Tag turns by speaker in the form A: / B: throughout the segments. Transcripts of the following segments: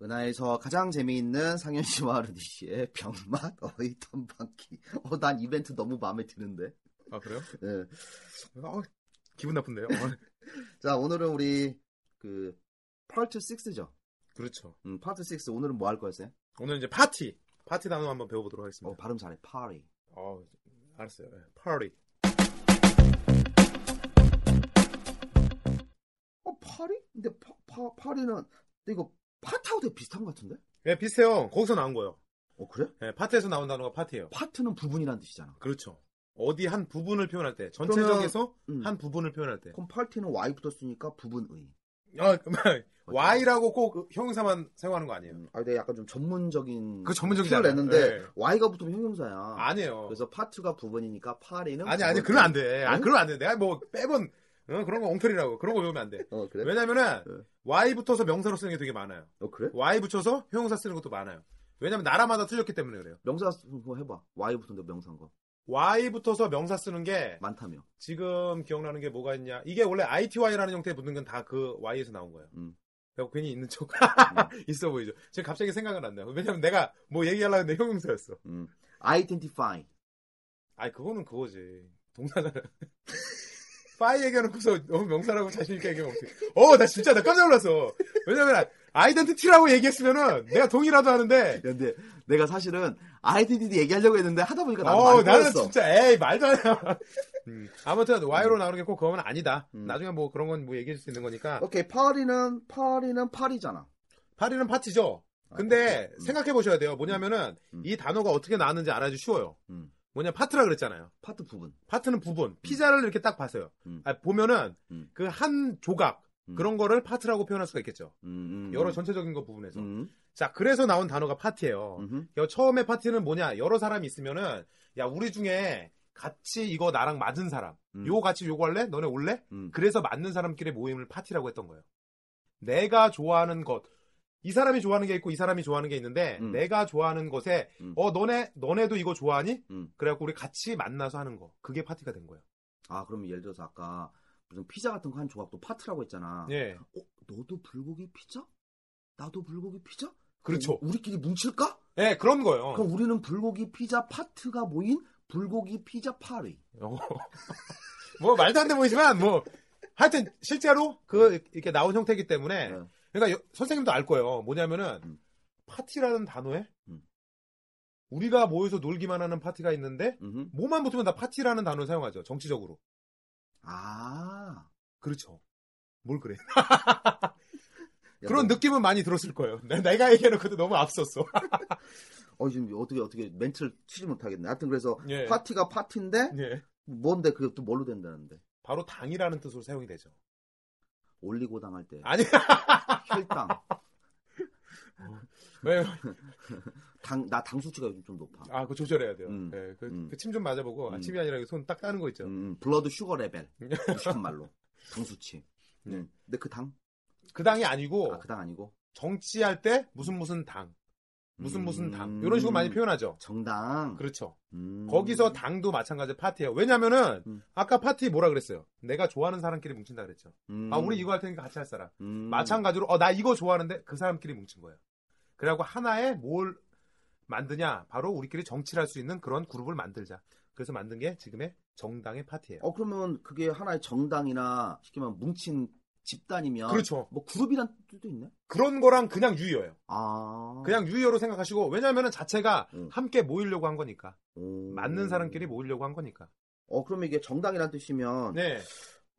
A: 은하에서 가장 재미있는 상현 씨와 루디 씨의 병맛 어이 탐방기. 어, 난 이벤트 너무 마음에 드는데.
B: 아 그래요?
A: 예.
B: 아, 기분 나쁜데요? 아,
A: 자, 오늘은 우리 그 파트 6죠.
B: 그렇죠.
A: 음, 파트 6 오늘은 뭐 할 거였어요?
B: 오늘 이제 파티 파티 단어 한번 배워보도록
A: 어,
B: 하겠습니다.
A: 발음 잘해. 파리.
B: 어, 알았어요. 예, 파티.
A: 어, 파리? 근데 파, 파 파리는 근데 이거 파트하고 되게 비슷한 것 같은데?
B: 예, 비슷해요. 거기서 나온 거예요.
A: 어, 그래?
B: 예, 파티에서 나온 단어가 파티예요.
A: 파트는 부분이란 뜻이잖아.
B: 그렇죠. 어디 한 부분을 표현할 때, 전체적에서
A: 음.
B: 한 부분을 표현할 때.
A: 그럼 파티는 Y부터 쓰니까 부분의.
B: 아, 그만. Y라고 꼭 형용사만 사용하는 거 아니에요.
A: 음, 아, 내가 약간 좀 전문적인
B: 네. 그거 전문적이잖아.
A: 를 냈는데
B: 예.
A: Y가 붙으면 형용사야.
B: 아니에요.
A: 그래서 파트가 부분이니까 파리는
B: 아니 아니,
A: 부분의.
B: 그건 안 돼. 아,
A: 응?
B: 그건 안 돼. 내가 뭐 빼본 어, 그런 거 엉터리라고 그런 거 배우면 안 돼.
A: 어, 그래?
B: 왜냐면은
A: 네.
B: Y 붙어서 명사로 쓰는 게 되게 많아요.
A: 어 그래?
B: Y 붙여서 형용사 쓰는 것도 많아요. 왜냐면 나라마다 틀렸기 때문에 그래요.
A: 명사 뭐 해봐. Y부터 너 명사인 거
B: Y 붙어서 명사 쓰는 게
A: 많다며.
B: 지금 기억나는 게 뭐가 있냐? 이게 원래 ITY라는 형태에 붙는 건 다 그 Y에서 나온 거예요.
A: 음.
B: 그래서 괜히 있는 척 있어 보이죠. 지금 갑자기 생각은 안 나요. 왜냐면 내가 뭐 얘기하려고 했는데 형용사였어.
A: 음. Identify.
B: 아니 그거는 그거지. 동사잖아. 파이 얘기하는고서 너무 명사라고 자신있게 얘기하면 어떡해. 어, 나 진짜 나 깜짝 놀랐어. 왜냐면 아이덴티티라고 얘기했으면은 내가 동의라도 하는데
A: 근데 내가 사실은 아이덴티티 얘기하려고 했는데 하다 보니까 나도
B: 어,
A: 많이
B: 나는
A: 떨렸어.
B: 진짜 에이 말도 안 해. 음, 아무튼 Y로 나오는 게 꼭 그거는 아니다.
A: 음. 어?
B: 나중에 뭐 그런 건 뭐 얘기해 줄 수 있는 거니까.
A: 오케이 파리는 파리는 파리잖아.
B: 파리는 파티죠.
A: 아,
B: 근데
A: 파티. 음.
B: 생각해 보셔야 돼요. 뭐냐면은
A: 음.
B: 이 단어가 어떻게 나왔는지 알아주 쉬워요.
A: 음.
B: 뭐냐 파트라 그랬잖아요.
A: 파트 부분.
B: 파트는 부분. 피자를 이렇게 딱 봤어요.
A: 음.
B: 아, 보면은
A: 음.
B: 그 한 조각
A: 음.
B: 그런 거를 파트라고 표현할 수가 있겠죠.
A: 음, 음,
B: 여러
A: 음.
B: 전체적인 거 부분에서.
A: 음,
B: 자, 그래서 나온 단어가 파티예요.
A: 음,
B: 그러니까 처음에 파티는 뭐냐? 여러 사람이 있으면은 야 우리 중에 같이 이거 나랑 맞은 사람
A: 음.
B: 요 같이 요거 할래? 너네 올래?
A: 음.
B: 그래서 맞는 사람끼리 모임을 파티라고 했던 거예요. 내가 좋아하는 것. 이 사람이 좋아하는 게 있고 이 사람이 좋아하는 게 있는데
A: 음.
B: 내가 좋아하는 것에
A: 음.
B: 어 너네 너네도 이거 좋아하니?
A: 음.
B: 그래갖고 우리 같이 만나서 하는 거. 그게 파티가 된 거예요.
A: 아 그럼 예를 들어서 아까 무슨 피자 같은 거 한 조각도 파트라고 했잖아.
B: 예.
A: 어, 너도 불고기 피자? 나도 불고기 피자?
B: 그렇죠.
A: 어, 우리끼리 뭉칠까?
B: 예, 그런 거예요.
A: 그럼 우리는 불고기 피자 파트가 모인 불고기 피자 파리.
B: 어. 뭐 말도 안 돼 보이지만 뭐 하여튼 실제로 그 이렇게 나온 형태이기 때문에
A: 네.
B: 그러니까 여- 선생님도 알 거예요. 뭐냐면은
A: 음.
B: 파티라는 단어에
A: 음.
B: 우리가 모여서 놀기만 하는 파티가 있는데
A: 음.
B: 뭐만 붙으면 다 파티라는 단어를 사용하죠. 정치적으로.
A: 아.
B: 그렇죠. 뭘 그래?
A: 야,
B: 그런
A: 너-
B: 느낌은 많이 들었을 거예요. 네, 내- 내가 얘기해놓고도 너무 앞섰어.
A: 어 지금 어떻게 어떻게 멘트를 치지 못하겠네. 하여튼 그래서
B: 예.
A: 파티가 파티인데
B: 예.
A: 뭔데 그게 또 뭘로 된다는데?
B: 바로 당이라는 뜻으로 사용이 되죠.
A: 올리고 당할 때
B: 아니,
A: 혈당
B: 왜요?
A: 당나 당수치가 요즘 좀 높아.
B: 아, 그거 조절해야 돼요.
A: 음.
B: 예, 그,
A: 음.
B: 침 좀 맞아보고, 아,
A: 음.
B: 침이 아니라 손 딱 따는 거 있죠.
A: 음, 블러드 슈거 레벨 무식한 말로 당수치.
B: 네.
A: 음. 근데 그 당?
B: 그 당이 아니고,
A: 아 그 당 아니고
B: 정치할 때 무슨 무슨 당, 무슨 무슨 당
A: 음.
B: 이런 식으로 많이 표현하죠.
A: 정당.
B: 그렇죠.
A: 음.
B: 거기서 당도 마찬가지 파티예요. 왜냐면은
A: 음.
B: 아까 파티 뭐라 그랬어요? 내가 좋아하는 사람끼리 뭉친다 그랬죠.
A: 음.
B: 아 우리 이거 할 테니까 같이 할 사람.
A: 음.
B: 마찬가지로 어 나 이거 좋아하는데 그 사람끼리 뭉친 거예요. 그래갖고 하나의 뭘 만드냐? 바로 우리끼리 정치를 할 수 있는 그런 그룹을 만들자. 그래서 만든 게 지금의 정당의 파티예요.
A: 어 그러면 그게 하나의 정당이나 쉽게 말하면 뭉친 집단이면
B: 그렇죠.
A: 뭐 그룹이란 뜻도 있네.
B: 그런 거랑 그냥 유의어예요.
A: 아
B: 그냥 유의어로 생각하시고 왜냐면은 자체가
A: 음.
B: 함께 모이려고 한 거니까
A: 오.
B: 맞는 사람끼리 모이려고 한 거니까.
A: 어 그러면 이게 정당이란 뜻이면
B: 네.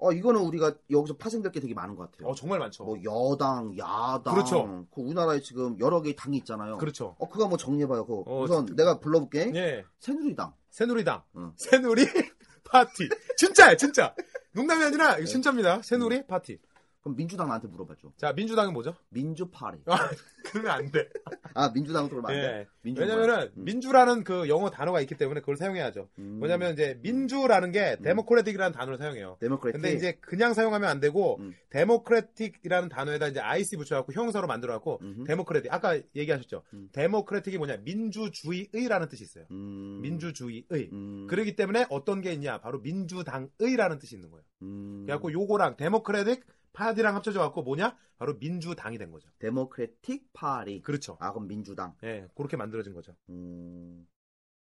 A: 어 이거는 우리가 여기서 파생될 게 되게 많은 것 같아요.
B: 어 정말 많죠.
A: 뭐 여당, 야당,
B: 그렇죠.
A: 그 우리나라에 지금 여러 개의 당이 있잖아요.
B: 그렇죠.
A: 어 그거 한번 정리해봐요. 그거.
B: 어,
A: 우선
B: 진짜.
A: 내가 불러볼게.
B: 예.
A: 새누리당.
B: 새누리당.
A: 응.
B: 새누리 파티. 진짜야, 진짜. 농담이 아니라
A: 예.
B: 이거
A: 음.
B: 진짜입니다. 새누리 파티.
A: 그럼 민주당 나한테 물어봐줘.
B: 자, 민주당은 뭐죠?
A: 민주파리.
B: 아, 그러면 안 돼.
A: 아 민주당은 그러면 안 돼.
B: 예.
A: 민주
B: 왜냐면은
A: 음.
B: 민주라는 그 영어 단어가 있기 때문에 그걸 사용해야죠.
A: 음.
B: 뭐냐면 이제 민주라는 게 데모크레틱이라는 단어를 사용해요.
A: 데모크래틱.
B: 근데 이제 그냥 사용하면 안 되고
A: 음.
B: 데모크레틱이라는 단어에다 이제 IC 붙여갖고 형용사로 만들어갖고
A: 음흠.
B: 데모크레틱 아까 얘기하셨죠.
A: 음.
B: 데모크레틱이 뭐냐 민주주의의라는 뜻이 있어요.
A: 음.
B: 민주주의의.
A: 음.
B: 그러기 때문에 어떤 게 있냐 바로 민주당의라는 뜻이 있는 거예요.
A: 음.
B: 그래갖고 요거랑 데모크레틱 파디랑 합쳐져갖고 뭐냐 바로 민주당이 된 거죠.
A: 데모크래틱 파리.
B: 그렇죠.
A: 아 그럼 민주당.
B: 예, 그렇게 만들어진 거죠.
A: 음.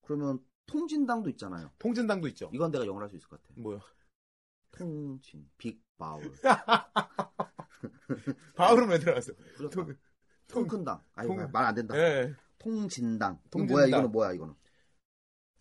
A: 그러면 통진당도 있잖아요.
B: 통진당도 있죠.
A: 이건 내가 영어로 할 수 있을 것 같아.
B: 뭐요?
A: 통진, 빅바울,
B: 바울은 왜 들어갔어?
A: 부렸다.
B: 통-
A: 통큰당. 아니
B: 통-
A: 말안 된다.
B: 예.
A: 통진당. 이거
B: 통진당.
A: 뭐야 이거는 뭐야 이거는.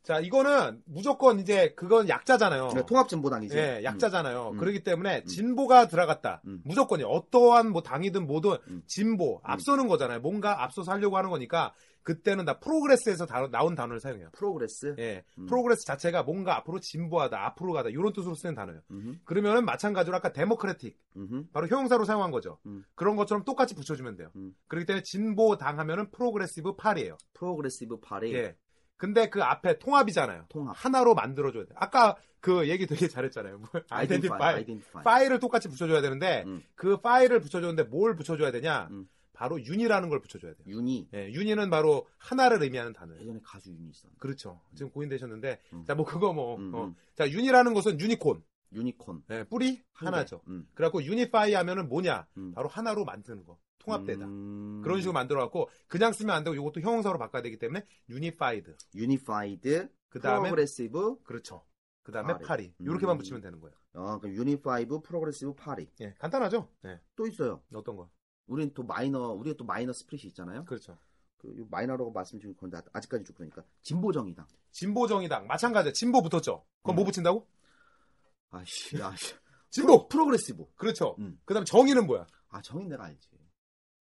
B: 자, 이거는 무조건 이제 그건 약자잖아요.
A: 그래, 네, 통합진보당이지.
B: 예, 약자잖아요.
A: 음.
B: 그렇기 때문에 진보가 들어갔다.
A: 음.
B: 무조건이 어떠한 뭐 당이든 뭐든
A: 음.
B: 진보 앞서는 거잖아요. 뭔가 앞서서 하려고 하는 거니까 그때는 다 프로그레스에서 다- 나온 단어를 사용해요.
A: 음. 프로그레스.
B: 예,
A: 음.
B: 프로그레스 자체가 뭔가 앞으로 진보하다, 앞으로 가다 이런 뜻으로 쓰는 단어예요.
A: 음흠,
B: 그러면은 마찬가지로 아까 데모크레틱
A: 음흠.
B: 바로 형용사로 사용한 거죠.
A: 음.
B: 그런 것처럼 똑같이 붙여주면 돼요.
A: 음.
B: 그렇기 때문에 진보당 하면은 프로그레시브 팔이에요.
A: 프로그레시브 파리.
B: 예. 근데 그 앞에 통합이잖아요.
A: 통합.
B: 하나로 만들어줘야 돼. 아까 그 얘기 되게 잘했잖아요. 아이덴티파이.
A: 아이덴티파이.
B: 파일을 똑같이 붙여줘야 되는데
A: 음.
B: 그 파일을 붙여줬는데 뭘 붙여줘야 되냐?
A: 음.
B: 바로 윤이라는 걸 붙여줘야 돼요.
A: 윤이.
B: 예, 윤이는 바로 하나를 의미하는 단어예요.
A: 예전에 가수 윤이 있었는데.
B: 그렇죠. 지금 고인되셨는데
A: 음.
B: 자 뭐 그거 뭐
A: 음,
B: 어.
A: 음.
B: 자 윤이라는 것은 유니콘
A: 유니콘.
B: 예, 뿌리 하나죠.
A: 음,
B: 그래갖고 유니파이 하면은 뭐냐?
A: 음.
B: 바로 하나로 만드는 거 통합되다.
A: 음.
B: 그런 식으로 만들어갖고 그냥 쓰면 안 되고 이것도 형용사로 바꿔야 되기 때문에 유니파이드.
A: 유니파이드.
B: 그 다음에
A: 프로그레시브.
B: 그렇죠. 그 다음에
A: 파리.
B: 파리. 이렇게만
A: 음.
B: 붙이면 되는 거예요.
A: 어, 그 유니파이브 프로그레시브 파리.
B: 예, 간단하죠. 예,
A: 또 있어요.
B: 어떤 거?
A: 우린 또 마이너, 우리가 또 마이너 스프릿이 있잖아요.
B: 그렇죠.
A: 그 마이너라고 말씀 중인 건데 아직까지 쭉 그러니까 진보정의당.
B: 진보 정의당 마찬가지야. 진보 붙었죠. 그럼 뭐
A: 음.
B: 붙인다고?
A: 아씨, 아씨.
B: 진보.
A: 프로그레시브.
B: 그렇죠.
A: 음.
B: 그다음 정의는 뭐야?
A: 아 정의 내가 알지.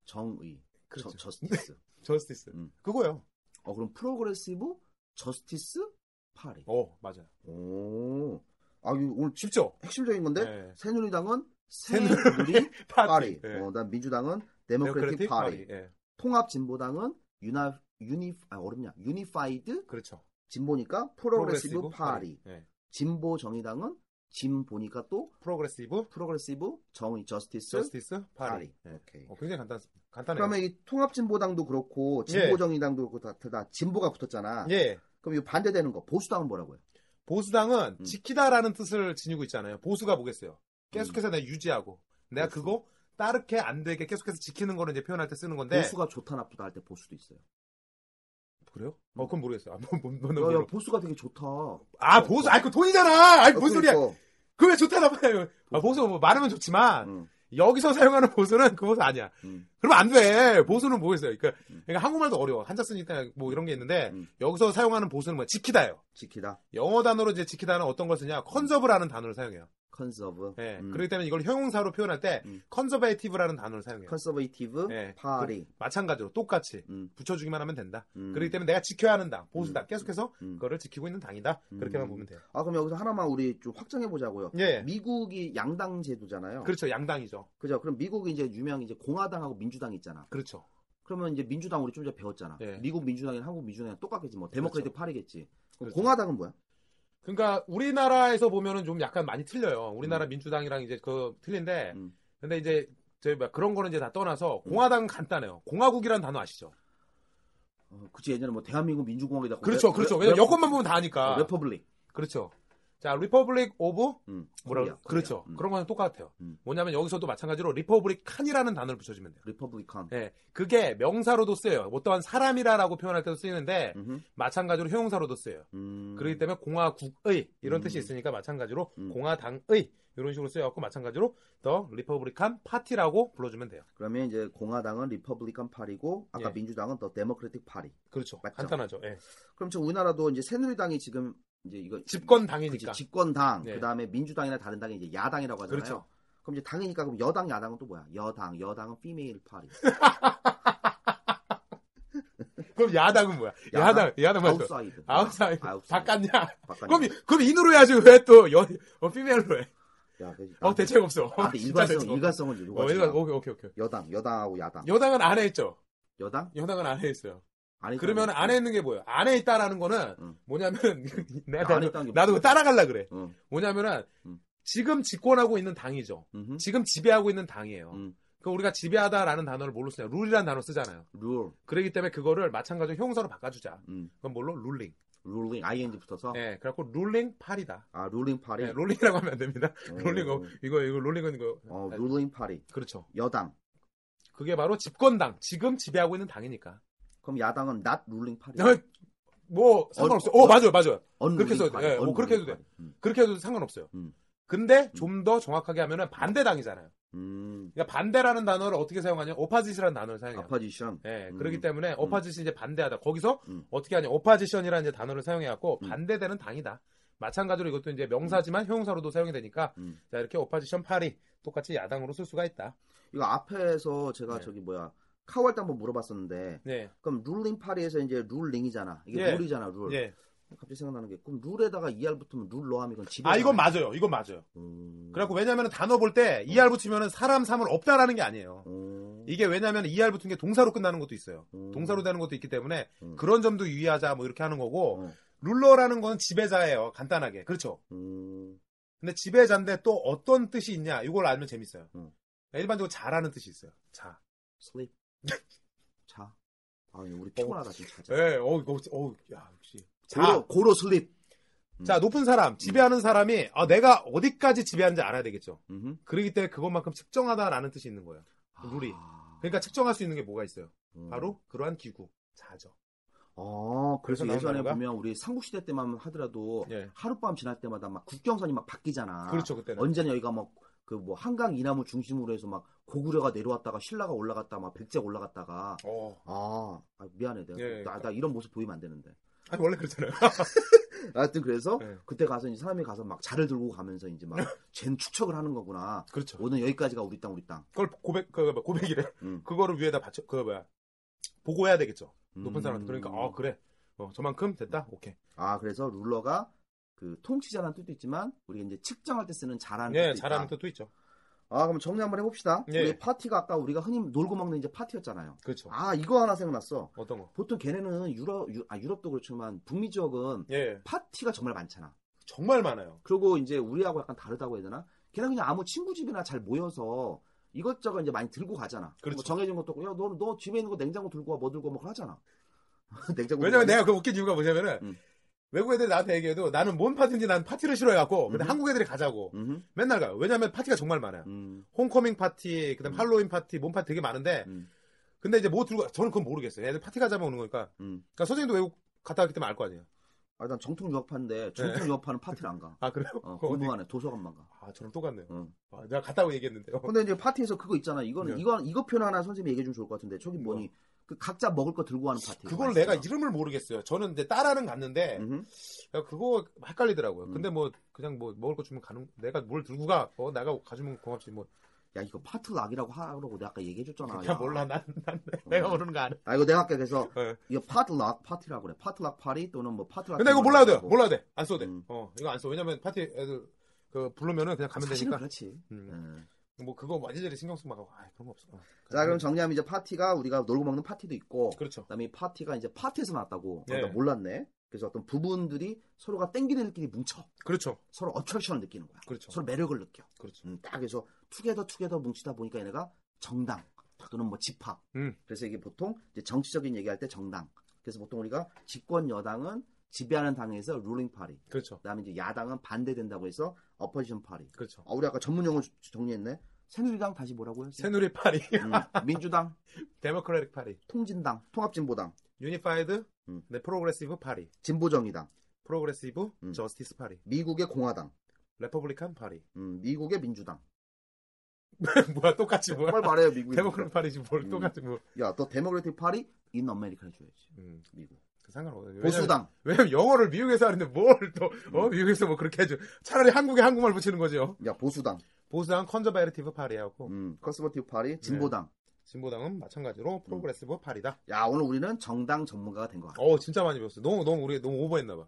A: 정의.
B: 그렇죠.
A: 저, 저스티스.
B: 저스티스.
A: 음.
B: 그거요.
A: 어 그럼 프로그레시브 저스티스 파리.
B: 어, 맞아요.
A: 오. 아 이거 오늘 지-
B: 쉽죠.
A: 핵심적인 건데
B: 네.
A: 새누리당은
B: 새누리-
A: 새누리 파리.
B: 예.
A: 어, 난 민주당은 데모크래틱
B: 데모크래틱
A: 파리.
B: 예.
A: 통합진보당은 유나 유니 아 어렵냐? 유니파이드
B: 그렇죠.
A: 진보니까 프로그레시브, 파리.
B: 예.
A: 진보 정의당은 진 보니까 또
B: 프로그레시브
A: 프로그레시브 정의 저스티스
B: 저스티스 파리.
A: 파리.
B: 예.
A: 오케이.
B: 어, 굉장히 간단 간단해요.
A: 그러면 이 통합진보당도 그렇고 진보 정의당도 그렇고 다, 다, 다 진보가 붙었잖아.
B: 예.
A: 그럼 이 반대되는 거 보수당은 뭐라고요?
B: 보수당은
A: 음.
B: 지키다라는 뜻을 지니고 있잖아요. 보수가 뭐겠어요?
A: 음.
B: 계속해서 내가 유지하고 내가
A: 보수.
B: 그거 따르게 안 되게 계속해서 지키는 거를 이제 표현할 때 쓰는 건데
A: 보수가 좋다 나쁘다 할 때 보수도 있어요.
B: 그래요? 어 그건 모르겠어요. 아, 뭐, 뭐, 뭐,
A: 야,
B: 뭐,
A: 야,
B: 뭐.
A: 보수가 되게 좋다.
B: 아 보수, 아그 돈이잖아. 아이 뭔 소리야?
A: 그러니까,
B: 그왜 좋다 나빠요? 아, 보수 뭐 말하면 좋지만
A: 응,
B: 여기서 사용하는 보수는 그 보수 아니야.
A: 응.
B: 그러면 안 돼. 보수는 뭐겠어요? 그러니까,
A: 음.
B: 그러니까 한국말도 어려워. 한자 쓰니까 뭐 이런 게 있는데
A: 음.
B: 여기서 사용하는 보수는 뭐 지키다예요.
A: 지키다
B: 영어 단어로 이제 지키다는 어떤 걸 쓰냐? 컨서브라는 단어를 사용해요.
A: 컨서브.
B: 예.
A: 음.
B: 그렇기 때문에 이걸 형용사로 표현할 때
A: 음.
B: 컨서베이티브라는 단어를 사용해요.
A: 컨서베이티브
B: 예.
A: 파리.
B: 마찬가지로 똑같이
A: 음,
B: 붙여주기만 하면 된다.
A: 음,
B: 그렇기 때문에 내가 지켜야 하는 당, 보수당
A: 음.
B: 계속해서
A: 음.
B: 그거를 지키고 있는 당이다. 그렇게만
A: 음.
B: 보면 돼요.
A: 아 그럼 여기서 하나만 우리 좀 확장해 보자고요.
B: 예.
A: 미국이 양당 제도잖아요.
B: 그렇죠. 양당이죠.
A: 그죠? 그럼 미국이 이제 유명 이제 공화당하고 민주당 있잖아.
B: 그렇죠.
A: 그러면 이제 민주당 우리 좀 전에 배웠잖아.
B: 예.
A: 미국 민주당이랑 한국 민주당이랑 똑같겠지 뭐. 데모크래틱 파리겠지. 그럼
B: 그렇죠.
A: 공화당은 뭐야?
B: 그러니까 우리나라에서 보면은 좀 약간 많이 틀려요. 우리나라 민주당이랑 이제 그 틀린데
A: 음.
B: 근데 이제 저희 막 그런 거는 이제 다 떠나서 공화당은 간단해요. 공화국이라는 단어 아시죠?
A: 어, 그치 예전에 뭐 대한민국 민주공화국이다.
B: 그렇죠,
A: 레-
B: 그렇죠.
A: 레-
B: 왜냐면
A: 레-
B: 여권만 보면 다 아니까.
A: 레퍼블릭.
B: 그렇죠. 자, 리퍼블릭 오브
A: 음,
B: 뭐라
A: 코리아,
B: 고 그렇죠.
A: 코리아. 음.
B: 그런 거는 똑같아요.
A: 음.
B: 뭐냐면 여기서도 마찬가지로 리퍼블릭 칸이라는 단어를 붙여주면 돼요.
A: 리퍼블리컨.
B: 예, 그게 명사로도 쓰여요. 어떠한 사람이라라고 표현할 때도 쓰이는데
A: 음흠.
B: 마찬가지로 형용사로도 쓰여요.
A: 음.
B: 그렇기 때문에 공화국의 이런
A: 음.
B: 뜻이 있으니까 마찬가지로
A: 음.
B: 공화당의 이런 식으로 쓰여갖고 마찬가지로 더 리퍼블리칸 파티라고 불러주면 돼요.
A: 그러면 이제 공화당은 리퍼블리컨 파리고 아까
B: 예.
A: 민주당은 더 데모크래틱 파리.
B: 그렇죠.
A: 맞죠.
B: 간단하죠. 예.
A: 그럼 저 우리나라도 이제 새누리당이 지금 이제 이거 그치,
B: 집권당이니까.
A: 집권당
B: 네.
A: 그다음에 민주당이나 다른 당이 이제 야당이라고 하잖아요.
B: 그렇죠.
A: 그럼 이제 당이니까 그럼 여당 야당은 또 뭐야? 여당 여당은 피메일 파리.
B: 그럼 야당은 뭐야? 야당, 야당 맞죠.
A: 아웃사이드.
B: 아웃사이드.
A: 아웃사이드.
B: 바꿨냐?
A: 바깥.
B: 그럼, 그럼 인으로 해야지 왜 또 여, 어, 피멜로 해?
A: 야, 그-
B: 어, 대책 없어.
A: 아, 근데
B: 진짜
A: 일관성
B: 대책 없어.
A: 일관성은 이제
B: 어,
A: 누가
B: 일관,
A: 지금
B: 오케이, 오케이, 오케이.
A: 여당 여당하고 야당.
B: 여당은 안에 있죠.
A: 여당?
B: 여당은 안에 있어요.
A: 아니 그러니까
B: 그러면 안에 있는 게 뭐예요? 안에 있다라는 거는
A: 응.
B: 뭐냐면 내
A: 음. 안에
B: 나도,
A: 있다는 게
B: 나도
A: 뭐야?
B: 따라갈라 그래.
A: 응.
B: 뭐냐면은
A: 응.
B: 지금 집권하고 있는 당이죠.
A: 음흠. 음.
B: 지금 지배하고 있는 당이에요.
A: 응.
B: 그 우리가 지배하다라는 단어를 뭘로 쓰냐? 룰이라는 단어 쓰잖아요.
A: 룰.
B: 그렇기 때문에 그거를 마찬가지로 형사로 바꿔주자.
A: 음.
B: 그건 뭘로? 룰링.
A: 룰링 ing 붙어서
B: 예, 그래갖고 룰링 팔이다.
A: 아 룰링 파리.
B: 예, 롤링이라고 하면 안 됩니다.
A: 어,
B: 롤링 어, 이거 이거 롤링은 이거
A: 어
B: 아,
A: 룰링 파리.
B: 그렇죠.
A: 여당.
B: 그게 바로 집권당 지금 지배하고 있는 당이니까.
A: 그럼 야당은 not 룰링 파리.
B: 어, 뭐 상관없어. 어,
A: 네. 어,
B: 맞아요, 맞아요.
A: 언
B: 그렇게 해서-
A: 룰링 파리.
B: 예, 뭐
A: 언
B: 그렇게
A: 룰링
B: 해도 돼.
A: 파리. 음.
B: 그렇게 해도 상관없어요.
A: 음.
B: 근데 좀 더 정확하게 하면은 반대당이잖아요.
A: 음.
B: 그러니까 반대라는 단어를 어떻게 사용하냐? 오파짓이라는 단어를 사용해요.
A: 아파지션.
B: 예,
A: 음.
B: 그렇기 때문에 오파짓이 이제 반대하다. 거기서
A: 음.
B: 어떻게 하냐? 오파지션이라는 이제 단어를 사용해갖고
A: 음.
B: 반대되는 당이다. 마찬가지로 이것도 이제 명사지만 형용사로도 사용이 되니까
A: 음.
B: 자 이렇게 오파지션 팔이 똑같이 야당으로 쓸 수가 있다.
A: 이거 앞에서 제가
B: 네.
A: 저기 뭐야 카오할 때 한번 물어봤었는데
B: 네,
A: 그럼 룰링 파리에서 이제 룰링이잖아. 이게
B: 예.
A: 룰이잖아 룰.
B: 예.
A: 갑자기 생각나는 게 그럼 룰에다가 ER 붙으면 룰 넣으면 이건 지배.
B: 아 이건 맞아요. 이건 맞아요.
A: 음.
B: 그래갖고 왜냐면은 단어 볼 때 ER 붙이면은 사람 삼을 없다라는 게 아니에요.
A: 음.
B: 이게 왜냐면은 ER 붙은 게 동사로 끝나는 것도 있어요.
A: 음.
B: 동사로 되는 것도 있기 때문에
A: 음.
B: 그런 점도 유의하자 뭐 이렇게 하는 거고
A: 음.
B: 룰러라는 건 지배자예요. 간단하게. 그렇죠.
A: 음.
B: 근데 지배자인데 또 어떤 뜻이 있냐 이걸 알면 재밌어요. 그러니까
A: 음.
B: 일반적으로 자라는 뜻이 있어요. 자.
A: 슬립. 자. 아 우리 피곤하다 지금 자자.
B: 예, 어우, 이거, 어우, 야, 역시. 어. 자,
A: 고로 고로 슬립. 음.
B: 자, 높은 사람, 지배하는 사람이, 아, 내가 어디까지 지배하는지 알아야 되겠죠.
A: 음흠.
B: 그러기 때문에 그것만큼 측정하다라는 뜻이 있는 거예요. 룰이.
A: 아.
B: 그러니까 측정할 수 있는 게 뭐가 있어요?
A: 음.
B: 바로 그러한 기구 자죠.
A: 어, 그래서
B: 그래서 나온
A: 예전에
B: 단어가?
A: 보면 우리 삼국시대 때만 하더라도
B: 예.
A: 하룻밤 지날 때마다 막 국경선이 막 바뀌잖아.
B: 그렇죠 그때는.
A: 언제는 여기가 막 그 뭐 한강 이나무 중심으로 해서 막 고구려가 내려왔다가 신라가 올라갔다 막 백제가 올라갔다가
B: 어.
A: 아, 아, 미안해 내가
B: 예,
A: 나, 나 이런 모습 보이면 안 되는데
B: 아니 원래 그렇잖아요.
A: 하여튼 그래서
B: 예.
A: 그때 가서 이제 사람이 가서 막 자를 들고 가면서 이제 막쟨 추척을 하는 거구나
B: 그렇죠.
A: 오늘 여기까지가 우리 땅 우리 땅
B: 그걸 고백 그 뭐야, 고백이래.
A: 음.
B: 그거를 위에다 받쳐 그 뭐야 보고해야 되겠죠.
A: 음.
B: 높은 사람한테 그러니까 아 그래. 어, 저만큼 됐다. 오케이.
A: 아 그래서 룰러가 그 통치자라는 뜻도 있지만 우리가 이제 측정할 때 쓰는 자라는
B: 예,
A: 뜻도 있다
B: 잘하는 뜻도 있죠.
A: 아 그럼 정리 한번 해봅시다.
B: 예.
A: 우리 파티가 아까 우리가 흔히 놀고 먹는 이제 파티였잖아요.
B: 그렇죠.
A: 아 이거 하나 생각났어.
B: 어떤 거?
A: 보통 걔네는 유럽 유, 아 유럽도 그렇지만 북미 지역은
B: 예.
A: 파티가 정말 많잖아.
B: 정말 많아요.
A: 그리고 이제 우리하고 약간 다르다고 해야 되나? 걔는 그냥 아무 친구 집이나 잘 모여서 이것저것 이제 많이 들고 가잖아.
B: 그렇죠.
A: 뭐 정해진 것도 없고 야너 너 집에 있는 거 냉장고 들고 와뭐 들고 와뭐 하잖아. 냉장고. 들고
B: 왜냐면
A: 와.
B: 내가 그 웃긴 이유가 뭐냐면은
A: 음.
B: 외국 애들 나한테 얘기해도 나는 뭔 파티인지 난 파티를 싫어해갖고 근데
A: 음.
B: 한국 애들이 가자고
A: 음,
B: 맨날 가요. 왜냐면 파티가 정말 많아요.
A: 음,
B: 홈커밍 파티, 그다음
A: 음.
B: 할로윈 파티, 몸 파티 되게 많은데
A: 음,
B: 근데 이제 뭐 들고 가- 저는 그건 모르겠어요. 애들 파티 가자면 오는 거니까.
A: 음.
B: 그러니까 선생님도 외국 갔다 왔기 때문에 알 거 아니에요.
A: 아, 난 정통 유학파인데 정통 유학파는 파티를 안 가.
B: 아 그래요?
A: 어,
B: 네. 그거 어디-
A: 공부하네 도서관만 가.
B: 아 저랑 똑같네요.
A: 응.
B: 아, 내가 갔다고 얘기했는데요.
A: 근데 이제 파티에서 그거 있잖아. 이거는
B: 네. 어.
A: 이건 이거 표현 하나 선생님이 얘기해 주면 좋을 것 같은데 저기 뭐니? 그 각자 먹을 거 들고 가는 파티.
B: 그걸 내가 이름을 모르겠어요. 저는 이제 딸아는 갔는데
A: 음.
B: 야, 그거 헷갈리더라고요.
A: 음.
B: 근데 뭐 그냥 뭐 먹을 거 주면 가는 내가 뭘 들고 가? 어 내가 가주면 고맙지 뭐.
A: 야 이거 파트 락이라고 하라고 내가 아까 얘기해 줬잖아. 음.
B: 그냥 몰라 난, 난 내가 모르는 거 아니야.
A: 아 이거 내가 아까 그래서
B: 네.
A: 이거 파트 락 파티라고 그래. 파트 락 파리 또는 뭐 파트 락.
B: 근데 이거 몰라도 돼요. 몰라도 돼. 안 써도 돼.
A: 음.
B: 어 이거 안 써. 왜냐면 파티 애들 그 부르면은 그냥 가면
A: 아, 사실은
B: 되니까.
A: 그렇지.
B: 음.
A: 음.
B: 뭐 그거 완전히 신경 쓰고 막 하고 아 그런 거 없어. 어.
A: 네. 자 그럼 정리하면 이제 파티가 우리가 놀고 먹는 파티도 있고
B: 그렇죠.
A: 그다음에 이 파티가 이제 파티에서 나왔다고 아,
B: 네.
A: 나 몰랐네. 그래서 어떤 부분들이 서로가 땡기는 느낌이 뭉쳐.
B: 그렇죠.
A: 서로 어트랙션을 느끼는 거야.
B: 그렇죠.
A: 서로 매력을 느껴.
B: 그렇죠.
A: 음, 딱 해서 투게더 투게더 뭉치다 보니까 얘네가 정당 또는 뭐 집합.
B: 음.
A: 그래서 이게 보통 이제 정치적인 얘기할 때 정당. 그래서 보통 우리가 집권 여당은 지배하는 당에서 룰링 파리.
B: 그렇죠.
A: 그다음에 이제 야당은 반대된다고 해서 어퍼지션 파리.
B: 그렇죠.
A: 아, 우리 아까 전문 용어 주- 정리했네. 새누리당 다시 뭐라고요?
B: 새누리 파리,
A: 음, 민주당,
B: 데모크라틱 파리,
A: 통진당, 통합진보당,
B: 유니파이드,
A: 음.
B: 네 프로그레시브 파리,
A: 진보정의당,
B: 프로그레시브
A: 음.
B: 저스티스 파리,
A: 미국의 공화당,
B: 레퍼블리칸 파리.
A: 음, 미국의 민주당.
B: 뭐야 똑같이 뭐야?
A: 빨리 말해요, 미국의.
B: 데모크라틱 파리지 뭘
A: 음.
B: 똑같이 뭐?
A: 민주당. 야, 너 데모크래틱 파리 인 아메리카 해줘야지.
B: 음,
A: 미국.
B: 그 상관없어요.
A: 보수당.
B: 왜냐면 영어를 미국에서 하는데 뭘 또 어,
A: 음.
B: 미국에서 뭐 그렇게 해줘. 차라리 한국에 한국말 붙이는 거죠.
A: 야, 보수당.
B: 보수당 컨저베이티브 파리하고
A: 음, 컨서버티브 파리, 진보당.
B: 진보당은 마찬가지로 프로그레시브 파리다.
A: 야, 오늘 우리는 정당 전문가가 된 것 같아.
B: 어 진짜 많이 배웠어. 너무 너무 우리 너무 오버했나 봐.